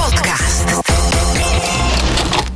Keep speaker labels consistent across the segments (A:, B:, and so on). A: Podcast.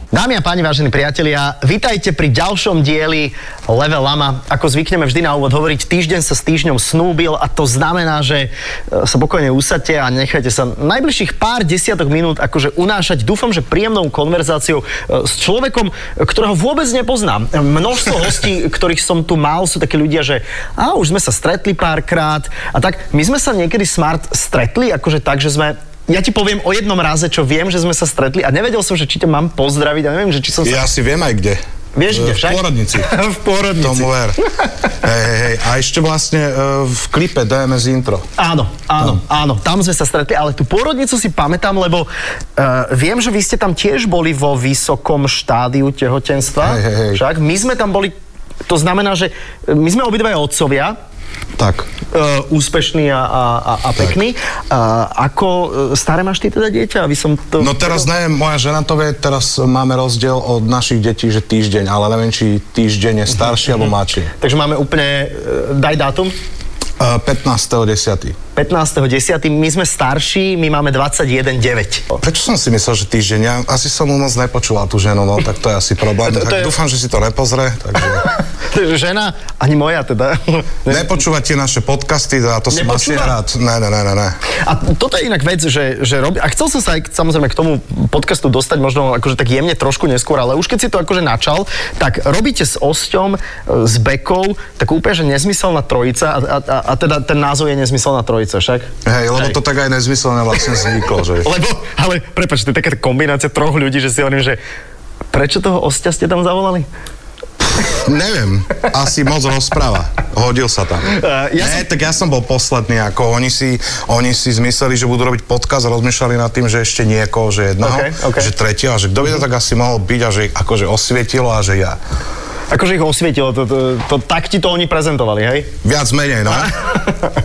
B: Dámy a páni, vážení priatelia, vitajte pri ďalšom dieli Level Lama. Ako zvykneme vždy na úvod hovoriť, týždeň sa s týždňom snúbil a to znamená, že e, sa pokojne usadte a nechajte sa najbližších pár desiatok minút akože unášať, dúfam, že príjemnou konverzáciou e, s človekom, e, ktorého vôbec nepoznám. E, Množstvo hostí, ktorých som tu mal, sú takí ľudia, že a už sme sa stretli párkrát a tak. My sme sa niekedy smart stretli, akože tak, že sme ja ti poviem o jednom raze, čo viem, že sme sa stretli a nevedel som, že či ťa mám pozdraviť a neviem, že či som sa...
C: Ja si viem aj kde. E,
B: Vieš, kde
C: v
B: však?
C: pôrodnici.
B: v pôrodnici.
C: Tomu ver. Hej, hej, hej. A ešte vlastne e, v klipe DMS intro.
B: Áno, áno, áno, tam sme sa stretli, ale tú pôrodnicu si pamätám, lebo uh, viem, že vy ste tam tiež boli vo vysokom štádiu tehotenstva.
C: Hej, hej, hej.
B: Však my sme tam boli, to znamená, že eh, my sme obidvaja otcovia,
C: Tak.
B: uh, úspešný a, a, a, a pekný. Uh, ako uh, staré máš ty teda dieťa? Aby som to...
C: No teraz ne, moja žena to vie, teraz máme rozdiel od našich detí, že týždeň, ale neviem, či týždeň je starší alebo mladší.
B: Takže máme úplne... Uh, daj dátum.
C: E, 15.10.
B: 15.10. My sme starší, my máme 21.9.
C: Prečo som si myslel, že týždeň? Ja asi som mu moc nepočula tú ženu, no tak to je asi problém.
B: To- to
C: Tak
B: je-
C: dúfam, že si to nepozrie. Takže...
B: Žena, ani moja teda.
C: Nepočúva tie naše podcasty, a to som asi
B: Nepočúva?
C: rád. Ne, ne, ne, ne, ne.
B: A toto je inak vec, že, že robí... A chcel som sa aj samozrejme k tomu podcastu dostať možno akože tak jemne trošku neskôr, ale už keď si to akože načal, tak robíte s osťom, e, s bekou, tak úplne, že nezmyselná trojica a, a, a, a teda ten názov je nezmyselná trojica, však?
C: Hej, lebo
B: Hej.
C: to tak aj nezmyselne vlastne vzniklo, že...
B: Lebo, ale prepač, to je taká kombinácia troch ľudí, že si hovorím, že prečo toho osťa ste tam zavolali?
C: Neviem, asi moc rozpráva. Hodil sa tam.
B: Eh, ja
C: ja ne, som... tak ja som bol posledný, ako oni si, oni si zmysleli, že budú robiť podcast a rozmýšľali nad tým, že ešte niekoho, že jedného,
B: Okay, okay.
C: že tretieho, a že kto by to tak asi mohol byť a že ich akože osvietilo a že ja.
B: Akože ich osvietilo, to, to, to, tak ti to oni prezentovali, hej?
C: Viac menej, no.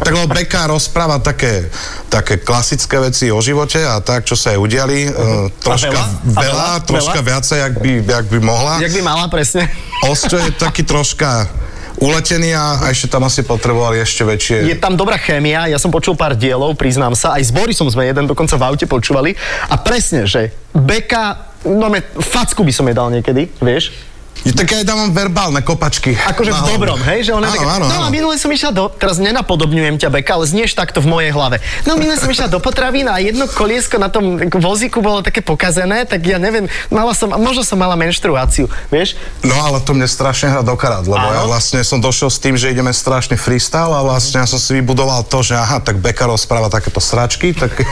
C: tak lebo Beka rozpráva také, také klasické veci o živote a tak, čo sa jej udiali. Uh, troška
B: veľa? A
C: veľa,
B: veľa?
C: troška
B: Veľa?
C: viacej, jak by, jak by mohla.
B: Jak by mala presne?
C: Osto je taký troška uletený a a ešte tam asi potrebovali ešte väčšie...
B: Je tam dobrá chémia, ja som počul pár dielov, priznám sa, aj s Borisom sme jeden dokonca v aute počúvali a presne, že Beka, no me, facku by som jej dal niekedy, vieš?
C: Je tak ja jej dávam verbálne kopačky.
B: Akože v
C: Na hlavu.
B: dobrom, hej? Že ona je
C: áno,
B: taká,
C: áno,
B: no a
C: áno.
B: minule som išla do... Teraz nenapodobňujem ťa, Beka, ale znieš takto v mojej hlave. No minule som išla do potravín a jedno koliesko na tom vozíku bolo také pokazené, tak ja neviem, mala som, možno som mala menštruáciu, vieš?
C: No ale to mne strašne hrá do karát, lebo
B: Áno.
C: ja vlastne som došiel s tým, že ideme strašný freestyle a vlastne ja som si vybudoval to, že aha, tak Beka rozpráva takéto sračky, tak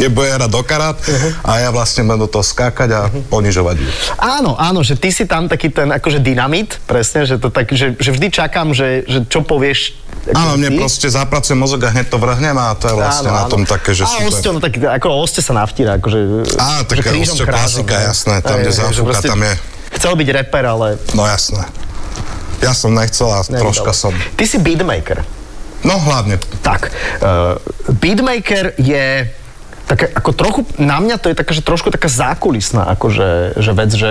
C: je bude hrať do karát a ja vlastne budem do toho skákať a ponižovať ju.
B: Áno, áno, že ty si tam taký ten akože dynamit, presne, že to tak, že, že vždy čakám, že, že čo povieš. ako
C: Áno,
B: ty.
C: mne proste zapracuje mozog a hneď to vrhnem a to je vlastne na tom také, že
B: A Osteo,
C: super.
B: no tak ako Osteo sa navtíra, akože...
C: Á,
B: že
C: tak je
B: krížom
C: Osteo
B: krážom,
C: klasika,
B: hej.
C: jasné, tam,
B: Hej,
C: kde
B: hej, že
C: záfúka,
B: proste
C: tam je.
B: Chcel byť reper, ale...
C: No jasné. Ja som nechcel a
B: nevydalo.
C: troška som.
B: Ty si beatmaker.
C: No hlavne,
B: Tak, uh, beatmaker je také, ako trochu, na mňa to je taká, že trošku taká zákulisná, akože, že vec, že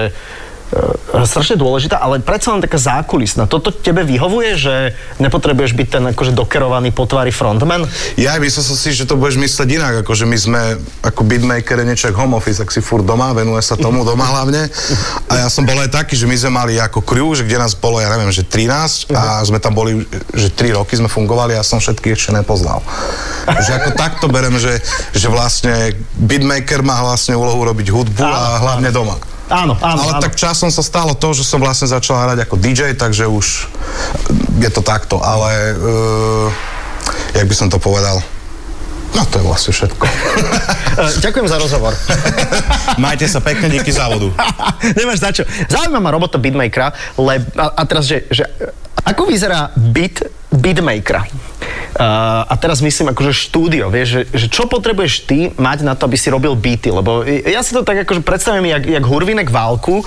B: uh, strašne dôležitá, ale predsa len taká zákulisná. Toto tebe vyhovuje, že nepotrebuješ byť ten akože dokerovaný po tvári frontman?
C: Ja aj myslel som si, že to budeš mysleť inak, ako že my sme ako beatmaker je niečo ako home office, ak si furt doma, venuje sa tomu doma hlavne. A ja som bol aj taký, že my sme mali ako crew, že kde nás bolo, ja neviem, že 13 a sme tam boli, že 3 roky sme fungovali a ja som všetkých ešte nepoznal. Že ako takto berem, že, že vlastne beatmaker má vlastne úlohu robiť hudbu a hlavne doma.
B: Áno, áno, áno.
C: Ale tak časom sa stalo to, že som vlastne začal hrať ako DJ, takže už je to takto, ale uh, jak by som to povedal, no to je vlastne všetko.
B: Eh, ďakujem za rozhovor.
C: Majte sa pekne, díky závodu.
B: Nemáš za čo. Zaujíma ma robota beatmakera, le, a, a teraz, že, že ako vyzerá beat beatmakera? Uh, a teraz myslím akože štúdio, vieš, že, že čo potrebuješ ty mať na to, aby si robil beaty, lebo ja si to tak akože predstavím jak, jak hurvinek válku,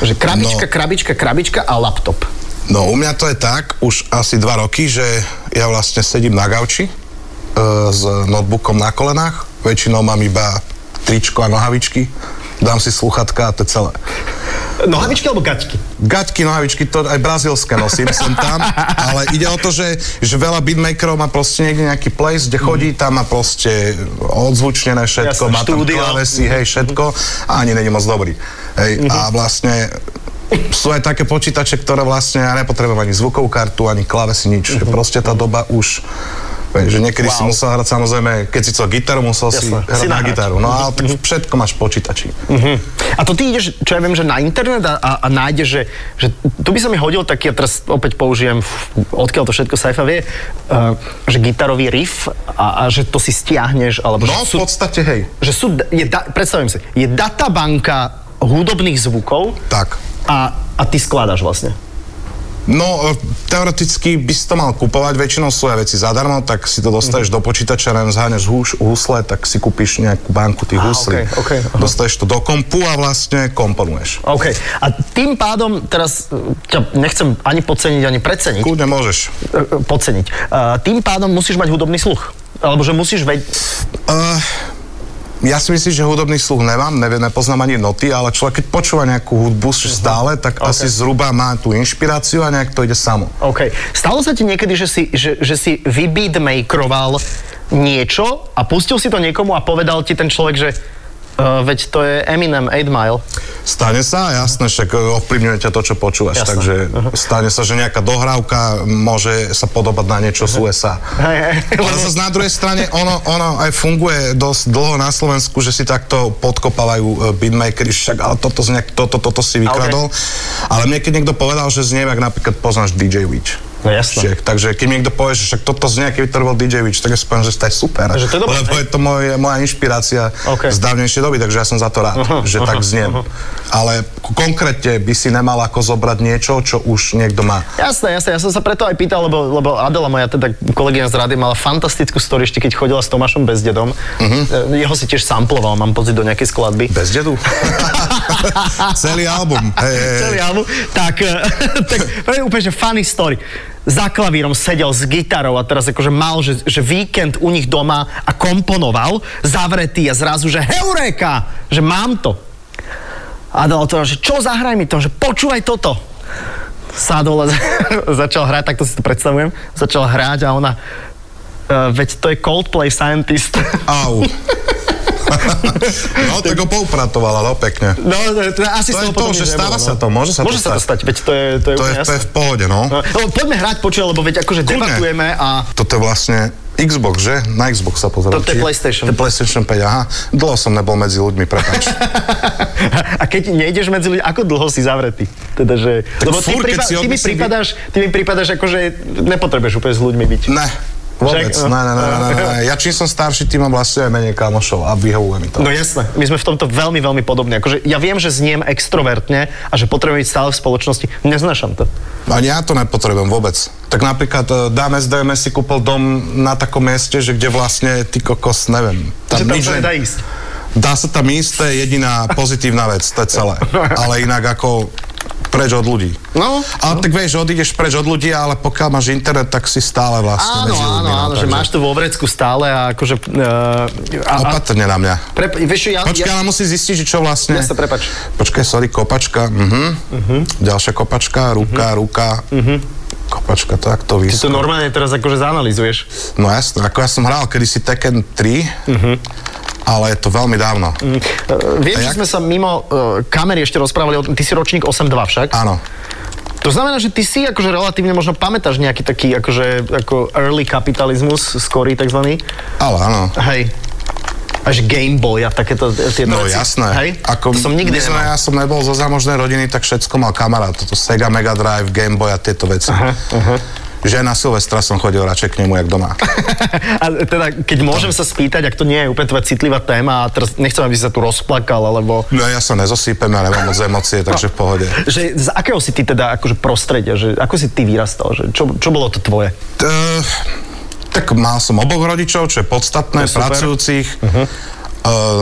B: že krabička, no.
C: No.
B: krabička, krabička a laptop.
C: No u mňa to je tak, už asi dva roky, že ja vlastne sedím na gauči e, s notebookom na kolenách, väčšinou mám iba tričko a nohavičky, dám si sluchatka a to je celé.
B: Nohavičky alebo gačky?
C: Gaťky, nohavičky, to aj brazilské nosím, som tam, ale ide o to, že, že veľa beatmakerov má proste niekde nejaký place, kde chodí, tam má proste odzvučnené všetko,
B: Mhm. Jasné, Mhm.
C: má tam
B: štúdio.
C: klávesy, hej, všetko a ani není moc dobrý. Hej,
B: Mhm.
C: a vlastne sú aj také počítače, ktoré vlastne ja nepotrebujem ani zvukovú kartu, ani klávesy, nič. Proste tá doba už Vieš, že niekedy wow. si
B: Mhm. Wow.
C: musel hrať samozrejme, keď si chcel gitaru, musel si
B: Jasné,
C: hrať
B: si nahrať.
C: na
B: Mhm.
C: gitaru. No a tak všetko máš v počítači.
B: Uh-huh. A to ty ideš, čo ja viem, že na internet a, a, a nájdeš, že, že tu by som mi hodil taký, a teraz opäť použijem, f- odkiaľ to všetko Saifa vie, uh, že gitarový riff a, a že to si stiahneš, alebo
C: No
B: že
C: v podstate hej,
B: že sú, je, da, predstavím si, je databanka hudobných zvukov
C: tak.
B: a, a ty skladáš vlastne.
C: No, e, teoreticky by si to mal kupovať, väčšinou sú aj veci zadarmo, tak si to
B: Mhm.
C: dostaneš do počítača, neviem, zháňaš húš, husle, tak si kúpiš nejakú banku tých
B: Á,
C: huslí.
B: ok, ok, aha.
C: dostaneš to do kompu a vlastne komponuješ.
B: OK. A tým pádom, teraz e, ťa nechcem ani podceniť, ani preceniť.
C: Kľudne môžeš.
B: e, e, Podceniť. Uh, tým pádom musíš mať hudobný sluch. Alebo že musíš vedieť...
C: Uh, ja si myslím, že hudobný sluch nemám, neviem, nepoznám ani noty, ale človek, keď počúva nejakú hudbu
B: Mhm.
C: stále, tak asi zhruba má tú inšpiráciu a nejak to ide samo.
B: OK. Stalo sa ti niekedy, že si, že, že si vybitmakeroval niečo a pustil si to niekomu a povedal ti ten človek, že uh, veď to je Eminem 8 Mile.
C: Stane sa, jasné, však e, ovplyvňuje ťa to, čo počúvaš,
B: Jasné.
C: takže stane sa, že nejaká dohrávka môže sa podobať na niečo z USA.
B: Hej, hej.
C: Ale zase na druhej strane, ono, ono aj funguje dosť dlho na Slovensku, že si takto podkopávajú e, beatmakeri, však ale toto, z nejak, toto, toto si vykradol. Ale mne keď niekto povedal, že zniem, ak napríklad poznáš DJ Witch.
B: No jasné.
C: Však, takže keď mi niekto povie, že však toto znie, keby to robil DJ Witch, tak ja si poviem, že to je super.
B: Že to je dobré,
C: lebo
B: hej.
C: je to moje, moja inšpirácia
B: Ok.
C: okay. z dávnejšej doby, takže ja som za to rád,
B: Aha,
C: uh-huh, že
B: aha,
C: tak zniem.
B: aha.
C: Uh-huh. Ale k- konkrétne by si nemal ako zobrať niečo, čo už niekto má.
B: Jasné, jasné, ja som sa preto aj pýtal, lebo, lebo Adela moja teda kolegyňa z rady mala fantastickú story ešte keď chodila s Tomášom Bezdedom. Uh-huh. Jeho si tiež samploval, mám pocit, do nejakej skladby.
C: Bez dedu. Celý album. Hej, hej, hej.
B: Celý album. Tak, eh, tak to je úplne že funny story. Za klavírom sedel s gitarou a teraz akože mal, že, že víkend u nich doma a komponoval, zavretý a zrazu, že heureka, že mám to. A dal to, že čo zahraj mi to, že počúvaj toto. Sadol a začal hrať, takto si to predstavujem, začal hrať a ona, "Eh, veď to je Coldplay Scientist.
C: Au. no, tak ho poupratovala, no pekne.
B: No, to- to asi
C: To
B: z
C: je
B: toho
C: to,
B: potom nič
C: že stáva
B: nebolo,
C: sa
B: no.
C: to, môže sa to
B: môže sa to stať,
C: stať.
B: veď to je, to je,
C: To
B: úplne
C: je, to
B: jasné.
C: je v pohode, no.
B: No, no, poďme hrať, počuj, lebo veď akože
C: Kľudne.
B: debatujeme a...
C: Toto je vlastne Xbox, že? Na Xbox sa pozerám.
B: To- to je
C: či-
B: PlayStation.
C: To je PlayStation 5, aha. Dlho som nebol medzi ľuďmi, prepáč.
B: A keď nejdeš medzi ľudí, ako dlho si zavretý? Teda, že...
C: Tak
B: Lebo ty,
C: fúr, keď si
B: ty, mi
C: odmyslím-
B: pripadáš, ty mi pripadáš ako, že nepotrebuješ úplne s ľuďmi byť.
C: ne, vôbec.
B: Však, no.
C: Ne, ne, ne, ne, ne, ne. Ja čím som starší, tým mám vlastne aj menej kamošov a vyhovuje mi to.
B: No jasné, my sme v tomto veľmi, veľmi podobní. Akože ja viem, že zniem extrovertne a že potrebujem byť stále v spoločnosti. Neznášam to.
C: Ani ja to nepotrebujem vôbec. Tak napríklad e, dám SDM si kúpil dom na takom mieste, že kde vlastne ty kokos, neviem.
B: že tam sa
C: ne-
B: nedá ísť.
C: Dá sa tam ísť, to je jediná pozitívna vec, to je celé. Ale inak ako preč od ľudí.
B: No.
C: Ale tak vieš, odídeš preč od ľudí, ale pokiaľ máš internet, tak si stále
B: Áno,
C: vlastne medzi ľuďmi.
B: áno,
C: no,
B: áno, že
C: takže
B: máš tu vo vrecku stále a akože... Uh, a, a,
C: Opatrne na mňa.
B: prep, vieš, čo, ja,
C: Počkaj,
B: ja,
C: ale musí zistiť, že čo vlastne...
B: ja sa prepač.
C: Počkaj, sorry, kopačka, mhm. Ďalšia kopačka, ruka, ruka. Kopačka, tak to
B: Mhm. Ty to
C: vysko.
B: normálne teraz akože zanalizuješ.
C: No jasné, ako ja som hral kedysi Tekken 3,
B: Mhm.
C: ale je to veľmi dávno.
B: Uh, viem,
C: A
B: že
C: jak?
B: sme sa mimo uh, kamery ešte rozprávali, o tom- ty si ročník 8.2 však.
C: Áno.
B: To znamená, že ty si akože relatívne možno pamätáš nejaký taký akože ako early kapitalizmus, skorý takzvaný.
C: Ale áno.
B: Hej. Až Game Boy a takéto e, tieto
C: No
B: veci.
C: jasné.
B: Hej? Ako, to som nikdy
C: my sme,
B: nemal.
C: ja som nebol zo zámožnej rodiny, tak všetko mal kamarát. Toto Sega, Mega Drive, Game Boy a tieto veci. Aha, aha. Že na Silvestra som chodil radšej k nemu, jak doma.
B: a teda, keď môžem sa spýtať, ak to nie je úplne tvoja citlivá téma a teraz nechcem, aby si sa tu rozplakal, alebo...
C: No ja sa nezosýpem, ja nemám moc emócie, takže v pohode.
B: Že z akého si ty teda akože prostredia, že ako si ty vyrastal, že čo, čo bolo to tvoje?
C: Eh, tak mal som oboch rodičov, čo je
B: To je
C: podstatné,
B: super. Mhm.
C: pracujúcich. Eh,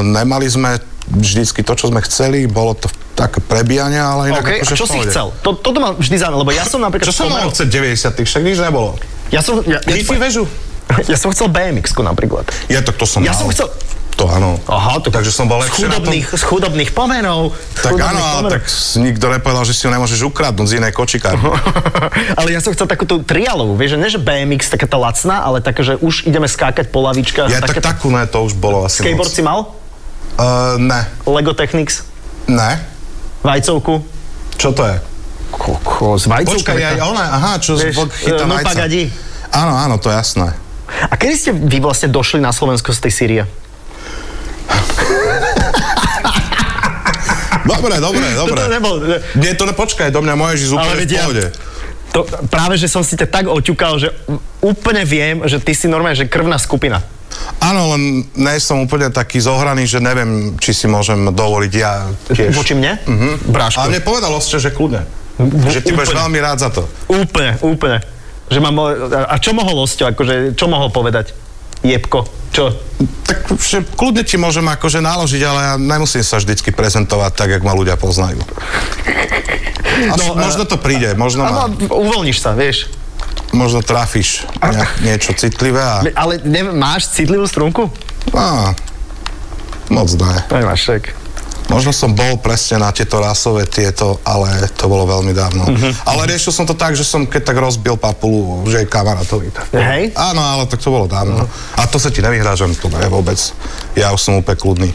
C: nemali sme vždycky to, čo sme chceli, bolo to také prebijanie, ale inak
B: OK, a
C: akože v
B: čo si
C: pohode.
B: chcel? To, toto ma vždy zaujíma, lebo ja som napríklad...
C: Čo som mal
B: spomenul-
C: v 90 však nič nebolo.
B: Ja som, ja, ja,
C: Wi-Fi väžu?
B: ja som chcel BMX-ku napríklad.
C: Ja tak to som
B: Ja som
C: mal.
B: chcel...
C: To áno.
B: Aha, to...
C: Takže som bol
B: z
C: lepšie na tom.
B: chudobných, z chudobných pomenov. z
C: Tak
B: chudobných
C: áno, ale
B: pomenov.
C: tak s- nikto nepovedal, že si ho nemôžeš ukradnúť z inej kočikárne.
B: ale ja som chcel takú tú trialovú, vieš, že ne že BMX, taká tá lacná, ale taká, že už ideme skákať po lavičkách.
C: Ja
B: a
C: tak
B: také-
C: takú ne, to už bolo asi
B: Skateboard si
C: moc.
B: mal?
C: Uh, ne,
B: Lego Technics?
C: ne.
B: Vajcovku?
C: Čo to je?
B: Koko, z vajcovka.
C: Počkaj, aj ona, aha, čo
B: Vieš,
C: Vieš, chytá
B: e, no
C: vajca.
B: pagadi.
C: Áno, áno, to je jasné.
B: A kedy ste vy vlastne došli na Slovensko z tej Sýrie?
C: Dobre, dobre, dobre.
B: To nebol, ne-
C: Nie, to ne, počkaj, do mňa Mojžiš úplne v
B: vedia-
C: pohode.
B: to, práve, že som si ťa tak oťukal, že úplne viem, že ty si normálne, že krvná skupina.
C: Áno, len nie som úplne taký zohraný, že neviem, či si môžem dovoliť ja tiež. Mhm.
B: Voči mne? Mm-hmm. Brášku.
C: Ale mne povedal Osťo, že kľudne.
B: V-
C: Že ty budeš
B: úplne.
C: veľmi rád za to.
B: Úplne, úplne. Že mám, a čo mohol Osťo, akože, čo mohol povedať? Jebko, čo?
C: Tak že kľudne ti môžem akože naložiť, ale ja nemusím sa vždycky prezentovať tak, jak ma ľudia poznajú. Až,
B: No,
C: no, možno to príde, možno, ma,
B: Áno, uvoľníš sa, vieš.
C: možno trafíš nejak, niečo citlivé a...
B: Ale ne, máš citlivú strunku?
C: a moc ne.
B: Nemáš, tak.
C: Možno som bol presne na tieto rasové tieto, ale to bolo veľmi dávno.
B: Mhm.
C: Ale riešil som to tak, že som keď tak rozbil papulu, že je kamarátovi. tak.
B: Hej. Mhm.
C: Áno, ale tak to bolo dávno. A to sa ti nevyhrážam, to ne vôbec. Ja už som úplne kľudný.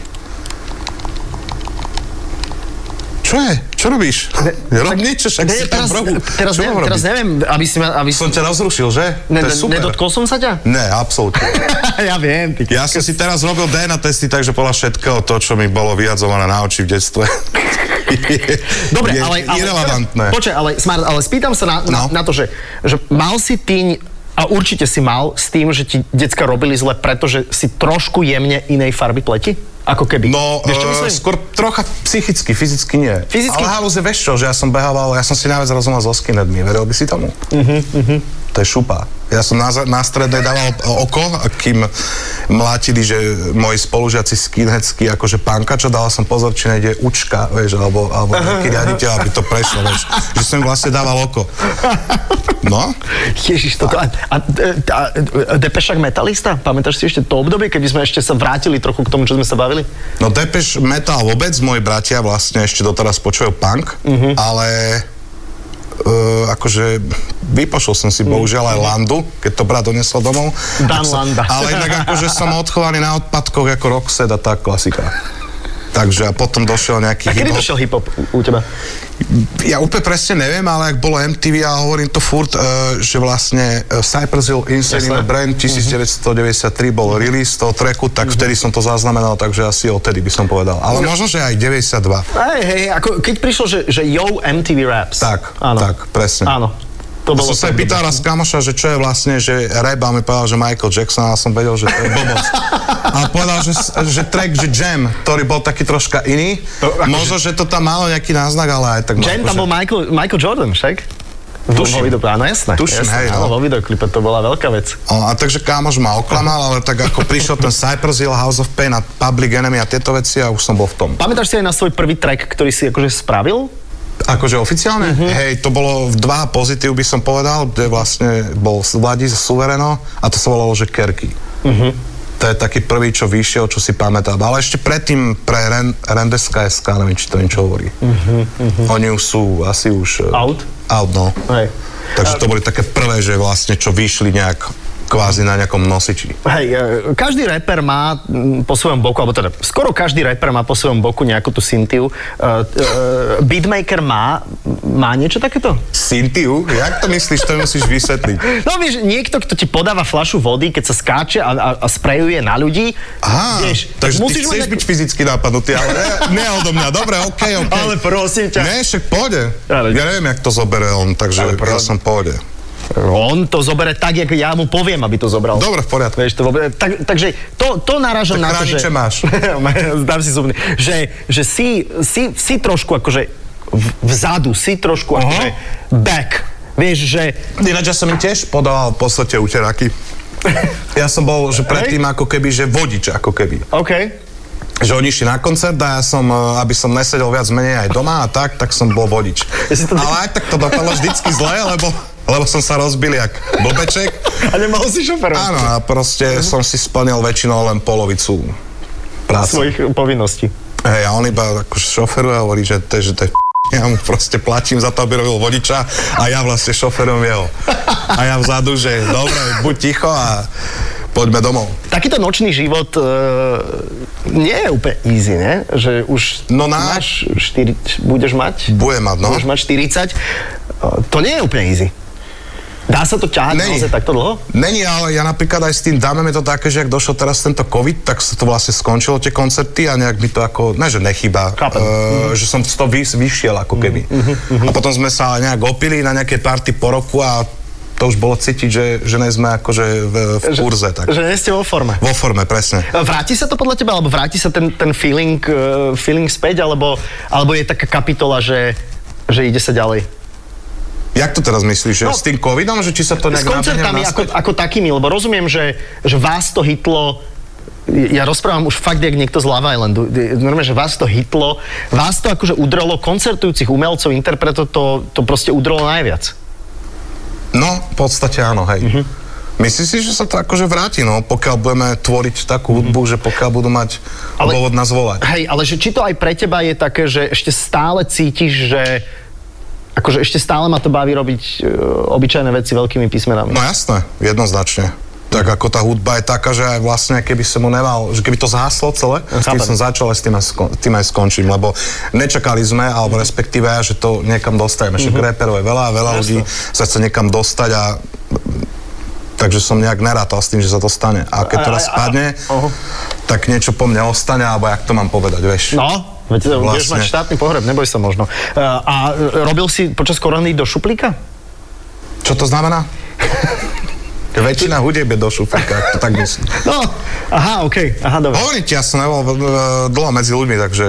C: Čo je? Čo robíš? Rob niečo, však
B: Ne,
C: si
B: teraz,
C: tam v rohu.
B: teraz,
C: Čo
B: neviem,
C: mám
B: teraz
C: robiť?
B: neviem, aby si ma... Aby
C: Som
B: si...
C: ťa rozrušil, že?
B: Ne,
C: to je super.
B: nedotkol som sa ťa?
C: Ne, absolútne.
B: ja viem, ty.
C: Ja som si teraz robil DNA testy, takže podľa všetkého to, čo mi bolo vyhadzované na oči v detstve.
B: Dobre,
C: je
B: ale... ale
C: Irrelevantné.
B: Počkaj, ale, smart, ale spýtam sa na, na,
C: No.
B: na to, že, že mal si ty, a určite si mal, s tým, že ti decka robili zle, pretože si trošku jemne inej farby pleti? Ako keby.
C: No,
B: Vieš, čo
C: e,
B: myslím?
C: skôr trocha psychicky, fyzicky nie.
B: Fyzicky?
C: Ale halúze, vieš čo, že ja som behával, ja som si najviac rozumel so skinheadmi, veril by si tomu?
B: Mhm,
C: To je šupa. Ja som na, za- na strednej dával oko, a kým mlátili, že moji spolužiaci skinheadsky, akože panka, čo dal som pozor, či nejde učka, vieš, alebo, alebo nejaký riaditeľ, aby to prešlo, vieš. Že som im vlastne dával oko. No,
B: Ježiš, toto... A, a, a, a Depešak metalista? Pamätáš si ešte to obdobie, keby sme ešte sa vrátili trochu k tomu, čo sme sa bavili?
C: No Depeche Metal vôbec, moji bratia vlastne ešte doteraz počujú punk,
B: Mhm.
C: ale uh, akože vypočul som si bohužiaľ aj Landu, keď to brat donesol domov.
B: Mhm. Dan
C: Tak som-
B: Landa.
C: Ale inak akože som odchovaný na odpadkoch ako Roxette a tá klasika. Takže a potom došiel nejaký
B: A kedy
C: hip-hop.
B: došiel hip-hop u- u teba?
C: Ja úplne presne neviem, ale ak bolo MTV a hovorím to furt, uh, že vlastne uh, Cypress Hill Insane in
B: Jasné. Mhm.
C: the Brain 1993 bol release toho tracku, tak vtedy som to zaznamenal, takže asi odtedy by som povedal. Ale možno, že aj 92.
B: Hej, hej, ako keď prišlo, že, že yo MTV Raps.
C: Tak,
B: Áno.
C: tak, presne.
B: Áno. To bolo
C: Som
B: to
C: sa aj
B: obdobie.
C: pýtal raz kamoša, že čo je vlastne, že rap a mi povedal, že Michael Jackson a som vedel, že to je blbosť. a povedal, že, s- že track, že Jam, ktorý bol taký troška iný. Možno, že to tam malo nejaký náznak, ale aj tak...
B: Jam
C: akože-
B: tam bol Michael, Michael Jordan, však? Vo,
C: Tuším.
B: vo videoklipe, áno, jasné.
C: Tuším,
B: jasné,
C: hej,
B: áno,
C: no.
B: vo videoklipe to bola veľká vec.
C: O, a takže kámoš ma oklamal, ale tak ako prišiel ten Cypress Hill, House of Pain a Public Enemy a tieto veci a už som bol v tom.
B: Pamätáš si aj na svoj prvý track, ktorý si akože spravil?
C: Akože oficiálne? Mm-hmm. Hej, to bolo v dva pozitív by som povedal, kde vlastne bol Vladi z Suvereno a to sa volalo, že Kerky. Mm-hmm. To je taký prvý, čo vyšiel, čo si pamätám. Ale ešte predtým pre Ren- Rendeska SK, neviem, či to niečo hovorí. Mm-hmm. Oni už sú asi už... e,
B: Out?
C: Out, no.
B: Hej.
C: Takže to boli také prvé, že vlastne čo vyšli nejak kvázi na nejakom nosiči.
B: Hej, e, každý rapper má mm, po svojom boku, alebo teda skoro každý rapper má po svojom boku nejakú tú syntiu. Uh, uh, beatmaker má, má niečo takéto?
C: Sintiu? Jak to myslíš, to mi musíš vysvetliť.
B: No vieš, niekto, kto ti podáva flašu vody, keď sa skáče a, a, a sprejuje na ľudí,
C: Aha,
B: vieš,
C: takže ty
B: musíš mať
C: chceš
B: nejakú-
C: byť fyzicky napadnutý, ale ne, ne odo mňa. Dobre, okej, okej.
B: Ale prosím ťa.
C: Ne, však pôjde.
B: Ale-
C: Ja neviem, jak to zobere on, takže
B: Ale pro-
C: ja som pôjde.
B: On to zobere tak, ako ja mu poviem, aby to zobral.
C: Dobre, v poriadku.
B: Vieš, to vôbec, tak, takže to, to narážam
C: Tak
B: na to,
C: chrániče
B: že...
C: máš.
B: Dám si zubný. Že, že si, si, si trošku akože v- vzadu, si trošku akože back. Vieš, že...
C: Ináč ja som im tiež podal v podstate uteráky. Ja som bol, že predtým ako keby, že vodič ako keby.
B: OK.
C: Že oni išli na koncert a ja som, e, aby som nesedel viac menej aj doma a tak, tak som bol vodič.
B: Ja si to-
C: Ale aj tak to dopadlo vždycky zle, lebo, lebo som sa rozbil jak blbeček.
B: A nemohol si šoferovať.
C: Áno, a proste som si splnil väčšinou len polovicu práce.
B: svojich povinností.
C: Hej, a on iba akože šoferuje a hovorí, že to, je- že to je ja mu proste platím za to, aby robil vodiča a ja vlastne šoferom jeho. A ja vzadu, že dobre, buď ticho a poďme domov.
B: Takýto nočný život e, nie je úplne easy, ne? Že už
C: No na-
B: máš 4, budeš mať?
C: Budem mať, no.
B: Budeš mať 40? E, to nie je úplne easy. Dá sa to ťahať
C: Není.
B: naozaj takto dlho?
C: Není, ale ja napríklad aj s tým dámem je to také, že ak došlo teraz tento COVID, tak sa to vlastne skončilo tie koncerty a nejak mi to ako, ne že nechýba,
B: Chápem. Mm,
C: uh, že som z toho vys, vyšiel ako keby. A potom sme sa nejak opili na nejaké party po roku a to už bolo cítiť, že, že nie sme akože v, v kurze. Tak.
B: Že nie ste vo forme.
C: Vo forme, presne.
B: E, Vráti sa to podľa teba, alebo vráti sa ten, ten feeling, e, feeling späť, alebo, alebo je taká kapitola, že, že ide sa ďalej?
C: Jak to teraz myslíš? že
B: No,
C: s tým covidom, že či sa to
B: S
C: nejak
B: koncertami
C: nabehne
B: ako,
C: naspäť?
B: ako takými, lebo rozumiem, že, že vás to hitlo ja rozprávam už fakt, jak niekto z Lava Islandu. Je- Normálne, že vás to hitlo, vás to akože udrelo, koncertujúcich umelcov, interpretov, to, to proste udrelo najviac.
C: No, v podstate áno, hej.
B: Mhm.
C: Myslím si, že sa to akože vráti, no, pokiaľ budeme tvoriť takú hudbu, že pokiaľ budú mať
B: Ale-
C: dôvod nás volať.
B: Hej, ale že či to aj pre teba je také, že ešte stále cítiš, že akože ešte stále ma to baví robiť e, obyčajné veci veľkými písmenami.
C: No jasné, jednoznačne. Tak ako tá hudba je taká, že aj vlastne keby som mu nemal, že keby to zhaslo celé, s tým
B: Chápem.
C: som začal a s tým aj, skon, tým aj skončím, lebo nečakali sme, alebo respektíve ja, že to niekam dostaneme. Však
B: Mhm.
C: reperov je veľa, veľa ľudí sa chce niekam dostať a takže som nejak nerátal s tým, že sa to stane. A keď
B: A-
C: teraz
B: a- a-
C: spadne,
B: Oho.
C: tak niečo po mne ostane, alebo jak to mám povedať, vieš.
B: No, veď vlastne. budeš
C: Vlastne.
B: mať štátny pohreb, neboj sa možno. E, A e, robil si počas korony do šuplíka?
C: Čo to znamená? Väčšina hudieb je do šuflíka, ak to tak myslím.
B: No, aha, okej, aha, dobre.
C: Hovorím ti, ja som nebol e, dlho medzi ľuďmi, takže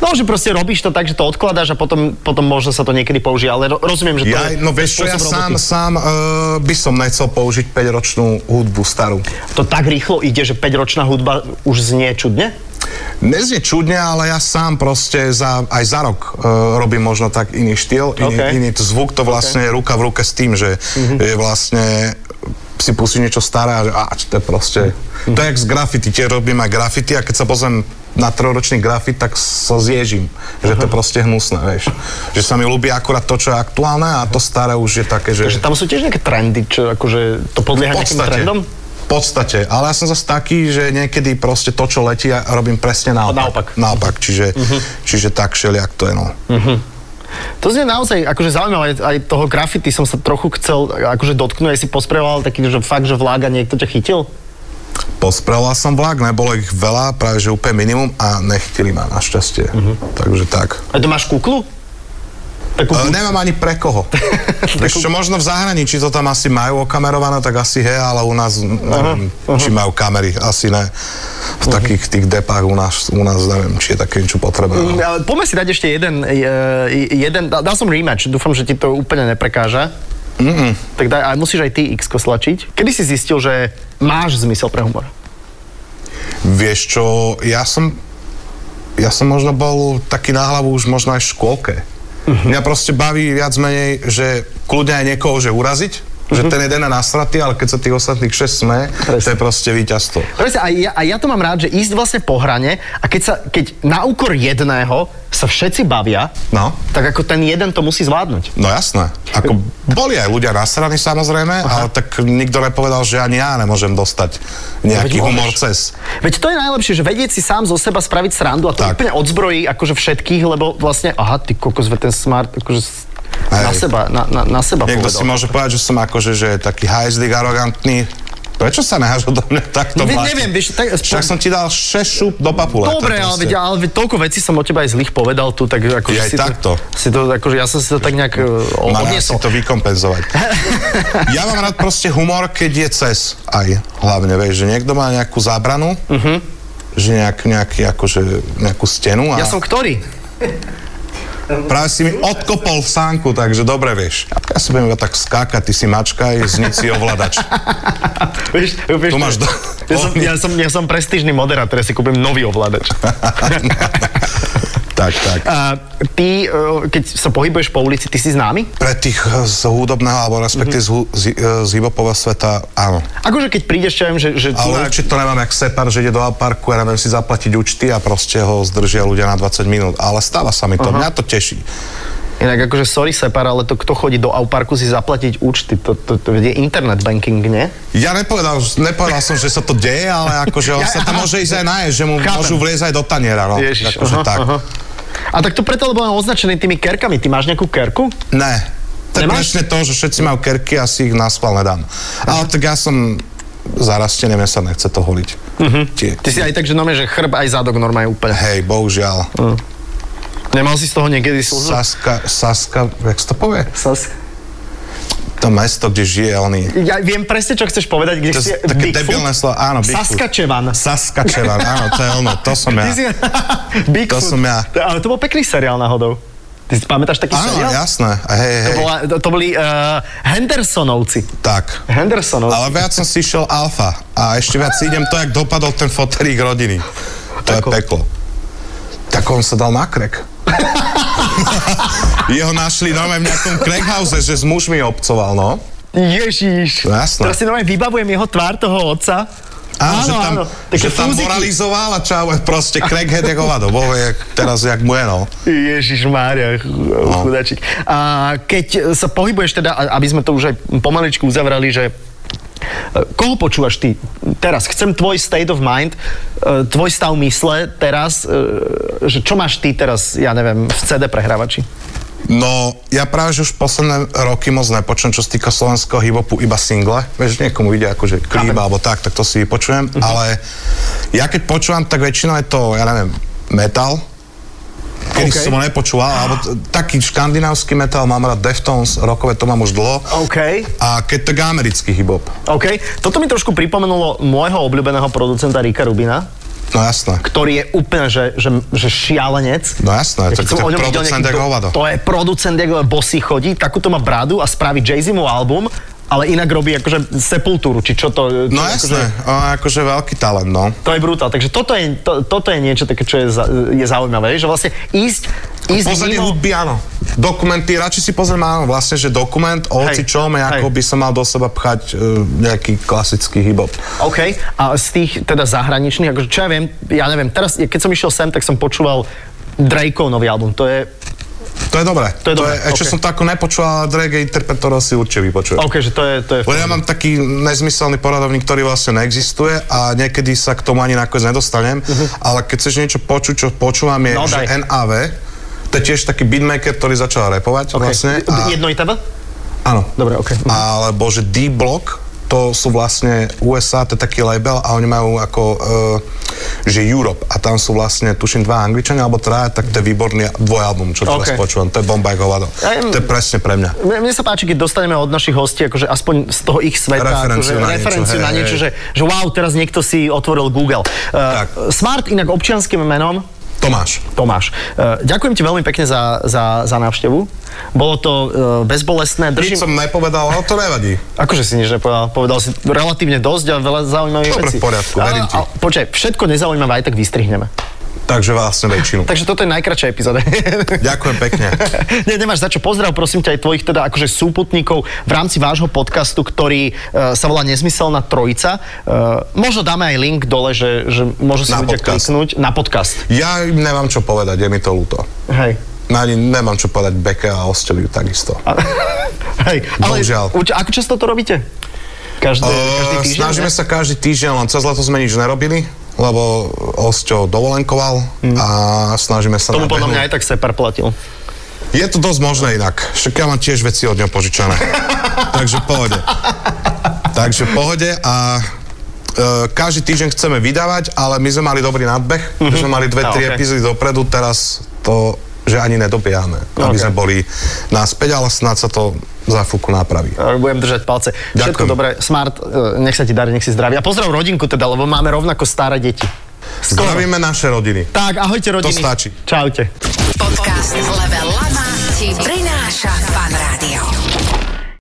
B: No, že proste robíš to tak, že to odkladáš a potom, potom možno sa to niekedy použije, ale ro- rozumiem, že to
C: ja,
B: je...
C: no vieš čo, ja
B: spôsob roboty.
C: sám, sám e, by som nechcel použiť 5-ročnú hudbu starú.
B: To tak rýchlo ide, že 5-ročná hudba už znie čudne?
C: Neznie čudne, ale ja sám proste za, aj za rok e, robím možno tak iný štýl, iný,
B: Ok. Mhm.
C: iný t- zvuk, to vlastne je ruka v ruke s tým, že je vlastne si pustí niečo staré a že a, čo to je proste.
B: Mhm.
C: To je jak z graffiti, tie robím aj graffiti a keď sa pozriem na trojročný grafit, tak sa zježím, že to je proste hnusné, vieš. Že sa mi ľúbi akurát to, čo je aktuálne a to staré už je také, že...
B: Takže tam sú tiež nejaké trendy, čo akože to podlieha nejakým trendom?
C: V podstate, ale ja som zase taký, že niekedy proste to, čo letí, ja robím presne
B: naopak. Mhm.
C: naopak. Naopak, čiže, čiže tak všelijak to je, no.
B: To znie naozaj akože zaujímavé, aj- aj toho grafity som sa trochu chcel akože dotknúť, aj si pospreval taký, že fakt, že vlága niekto ťa chytil?
C: Posprela som vlak, nebolo ich veľa, práve že úplne minimum a nechtili ma našťastie.
B: Mhm.
C: Takže tak.
B: A to máš kuklu? Takú
C: E, nemám ani pre koho. Vieš čo, možno v zahraničí to tam asi majú okamerované, tak asi hej, ale u nás, neviem, či majú kamery, asi ne.
B: Mhm.
C: V takých tých depách u nás, u nás neviem, či je také niečo potrebné.
B: Mm,
C: no.
B: ale Poďme si dať ešte jeden, e, jeden dal, dal som rematch, dúfam, že ti to úplne neprekáža.
C: Mm-mm.
B: Tak daj, ale musíš aj ty x slačiť. Kedy si zistil, že máš zmysel pre humor?
C: Vieš čo, ja som, ja som možno bol taký na hlavu už možno aj v škôlke.
B: Mhm.
C: Mňa proste baví viac menej, že kľudne aj niekoho, že uraziť,
B: Mhm.
C: že ten jeden je nasratý, ale keď sa tých ostatných 6 sme, to je proste víťazstvo.
B: Presne, a ja, a ja to mám rád, že ísť vlastne po hrane a keď, sa, keď na úkor jedného sa všetci bavia,
C: No.
B: tak ako ten jeden to musí zvládnuť.
C: No jasné. Ako boli aj ľudia nasraní samozrejme, ale tak nikto nepovedal, že ani ja nemôžem dostať nejaký
B: No, veď
C: humor
B: môžeš.
C: cez.
B: Veď to je najlepšie, že vedieť si sám zo seba spraviť srandu a to
C: Tak.
B: úplne odzbrojí akože všetkých, lebo vlastne, aha, ty kokos, ve, ten smart, akože s- na
C: Hej.
B: seba, na, na, na seba
C: Niekto
B: povedal.
C: si môže povedať, že som akože že taký hajzlik, arogantný. Prečo sa neháš do mňa takto
B: No, veď
C: vlastne?
B: neviem, vieš, tak-
C: Však som ti dal 6 šup do papule.
B: Dobre,
C: to je
B: ale,
C: proste-
B: veď, ale veď toľko vecí som o teba aj zlých povedal tu, tak akože
C: Ty aj
B: si
C: takto.
B: To, si to, akože ja som si to tak nejak e, o-
C: Mal ja si
B: odniesol.
C: to vykompenzovať. ja mám rád proste humor, keď je cez aj hlavne, vieš, že niekto má nejakú zábranu,
B: Mhm.
C: že nejak, nejaký, akože, nejakú stenu a
B: Ja som ktorý?
C: práve si mi odkopol v sánku, takže dobre vieš. Ja si budem iba tak skákať, ty si mačka, je znici ovládač.
B: Vieš, vieš,
C: Tu máš do-
B: ja, som, ja, som, ja som prestížny moderátor, ja si kúpim nový ovládač.
C: tak, tak.
B: A ty, e, keď sa pohybuješ po ulici, ty si známy?
C: Pre tých eh, z hudobného, alebo respektíve z hu- z, eh, z hip-hopového sveta, áno.
B: Akože keď prídeš, čo ja viem, že, že tu na,
C: Ale určite to nemám jak Separ, že ide do parku a neviem si zaplatiť účty a proste ho zdržia ľudia na 20 minút. Ale stáva sa mi to, mňa to teší.
B: inak akože sorry separ, ale to kto chodí do Auparku si zaplatiť účty, to, to, to je internet banking, nie?
C: Ja nepovedal, nepovedal som, že sa to deje, ale akože on sa tam môže ísť aj nájsť, že mu
B: Chápem.
C: môžu vliezť aj do taniera. No.
B: Ježiš,
C: akože tak.
B: A tak to preto, lebo on označený tými kerkami. Ty máš nejakú kerku?
C: Ne. To je
B: Nemáš?
C: presne to, že všetci majú kerky a si ich na schvál nedám. Ale tak ja som zarastený, mne sa nechce to holiť.
B: Mhm.
C: Tie-
B: Ty si aj tak, že normálne, že chrb aj zadok normálne úplne.
C: Hej, bohužiaľ.
B: Mhm. Nemal si z toho niekedy slzu?
C: Saska, Saska, jak sa to povie?
B: Sas.
C: To mesto, kde žije oný.
B: Ja viem presne, čo chceš povedať, kde
C: To
B: si
C: je také debilné slovo, áno, Bigfoot.
B: Saskačevan.
C: Saskačevan, áno, to je ono, to som ja.
B: Ty si... Bigfoot.
C: To som ja.
B: To- Ale to bol pekný seriál náhodou. Ty si pamätáš taký
C: Áno,
B: seriál?
C: jasné, hej,
B: To,
C: hej,
B: bola, to, to boli uh, Hendersonovci.
C: tak.
B: Hendersonovci.
C: Ale viac som si išiel alfa a ešte viac si idem to, jak dopadol ten foterík rodiny. To je
B: Ako?
C: peklo. Tak on sa dal na krek. Jeho našli normálne v nejakom crackhouse, že s mužmi obcoval, no.
B: Ježiš.
C: No jasné.
B: Teraz si normálne vybavujem jeho tvár toho otca.
C: Áno, že tam,
B: Také
C: že tam
B: fúziky.
C: moralizoval a čau, proste crackhead je hovado. Boh vie, jak- teraz jak mu je, no.
B: Ježiš Mária,
C: No.
B: chudačik. A keď sa pohybuješ teda, a- aby sme to už aj pomaličku uzavrali, že e, koho počúvaš ty teraz? Chcem tvoj state of mind, e, tvoj stav mysle teraz, e, že čo máš ty teraz, ja neviem, v CD prehrávači?
C: No, ja práve, že už posledné roky moc nepočujem, čo sa týka slovenského hibopu, iba single. Vieš, niekomu ide akože
B: Chápem. Mhm.
C: klíba alebo tak, tak to si vypočujem. Ale ja keď počúvam, tak väčšinou je to, ja neviem, metal.
B: OK.
C: Kedy som ho nepočúval, alebo t- taký škandinávsky metal, mám rád Deftones, rokové to mám už dlho.
B: OK.
C: A keď tak americký hibop.
B: OK. Toto mi trošku pripomenulo môjho obľúbeného producenta Rika Rubina,
C: No jasné.
B: ktorý je úplne, že, že, že šialenec.
C: No jasné,
B: Ja
C: tak
B: som
C: to
B: o
C: je
B: ňom videl
C: producent
B: nejaký
C: jak
B: do-
C: hovado.
B: To je producent, jak bosy chodí, takúto má bradu a spraví Jay-Z mu album, ale inak robí akože sepultúru, či čo to... Čo
C: No
B: akože,
C: jasné, on je akože veľký talent, no.
B: to je brutál. Takže toto je, to, toto je niečo také, čo je, za- je zaujímavé, že vlastne ísť, ísť
C: Pozrenie
B: mimo...
C: hudby, áno. Dokumenty, radšej si pozriem, áno, vlastne, že dokument o
B: Hej,
C: hoci čom, ako
B: hej.
C: by som mal do seba pchať e, nejaký klasický hip-hop.
B: OK. A z tých teda zahraničných, akože čo ja viem, ja neviem, teraz, keď som išiel sem, tak som počúval Drakeov nový album. To je,
C: To je dobré.
B: To je dobré,
C: e, Čo
B: ok.
C: som to ako nepočul, ale Drake interpretorov si určite vypočujem.
B: OK, že to je, to je
C: Lebo ja mám taký nezmyselný poradovník, ktorý vlastne neexistuje a niekedy sa k tomu ani nakoniec nedostanem, ale keď chceš niečo počuť, čo počúvam je,
B: Mhm. No,
C: že
B: daj.
C: NAV, to je tiež taký beatmaker, ktorý začal repovať
B: OK.
C: vlastne. A,
B: Jedno i tebe?
C: áno.
B: Dobre, OK.
C: alebo že D-Block, to sú vlastne USA, to je taký label a oni majú ako, e, že Europe a tam sú vlastne, tuším, dva angličania alebo traja, tak to je výborný dvojalbum, čo teraz
B: OK.
C: počúvam, to je bomba ako hovado.
B: Ja im-
C: To je presne pre mňa.
B: Mne, mne sa páči, keď dostaneme od našich hostí akože aspoň z toho ich sveta akože,
C: Referenciu na niečo,
B: referenciu
C: hej,
B: na
C: hej.
B: niečo, že, že wow, teraz niekto si otvoril Google.
C: Tak.
B: Uh, Smart inak občianským menom
C: Tomáš.
B: Tomáš. Uh, ďakujem ti veľmi pekne za, za, za návštevu. Bolo to uh, bezbolestné. Držím,
C: Nič som nepovedal, ale to nevadí.
B: Akože si nič nepovedal. Povedal si relatívne dosť a veľa zaujímavých
C: Dobre,
B: vecí.
C: v poriadku, verím ti.
B: A, a, počkaj, všetko nezaujímavé aj tak vystrihneme.
C: Takže vlastne väčšinu.
B: Takže toto je najkračšia epizóda.
C: Ďakujem pekne.
B: Nie, nemáš za čo. Pozdrav, prosím ťa, aj tvojich teda akože súputníkov v rámci vášho podcastu, ktorý uh, sa volá Nezmyselná trojica. Uh, možno dáme aj link dole, že, že môžu si
C: Na
B: ľudia
C: podcast.
B: kliknúť na podcast.
C: Ja im nemám čo povedať, je mi to ľúto.
B: Hej.
C: Ani nemám čo povedať Beke a Osteliu takisto.
B: A, hej. Ale
C: Bohužiaľ.
B: uč, ako často to robíte? Každý, Ehm, každý
C: Eh,
B: týždeň?
C: Snažíme
B: ne?
C: sa každý týždeň, len cez leto sme nič nerobili, lebo Osťo dovolenkoval
B: Hm.
C: a snažíme sa...
B: Tomu podľa mňa aj
C: nabehnúť.
B: tak Separ platil.
C: Je to dosť možné inak. Však ja mám tiež veci od neho požičané. Takže pohode. Takže pohode a e, každý týždeň chceme vydávať, ale my sme mali dobrý nadbeh, mm-hmm. sme mali dve,
B: Mhm. A,
C: tri
B: ok.
C: epizódy dopredu, teraz to že ani nedobíjame, aby
B: Ok.
C: sme boli náspäť, ale snáď sa to za fuku napraví.
B: E, Budem držať palce. Všetko
C: Ďakujem.
B: dobré, smart, e, nech sa ti darí, nech si zdravý. A pozdrav rodinku teda, lebo máme rovnako staré deti. Skoro.
C: Zdravíme naše rodiny.
B: Tak, ahojte rodiny.
C: stačí.
B: Čaute.
A: Podcast Level Lama ti prináša Fan Rádio.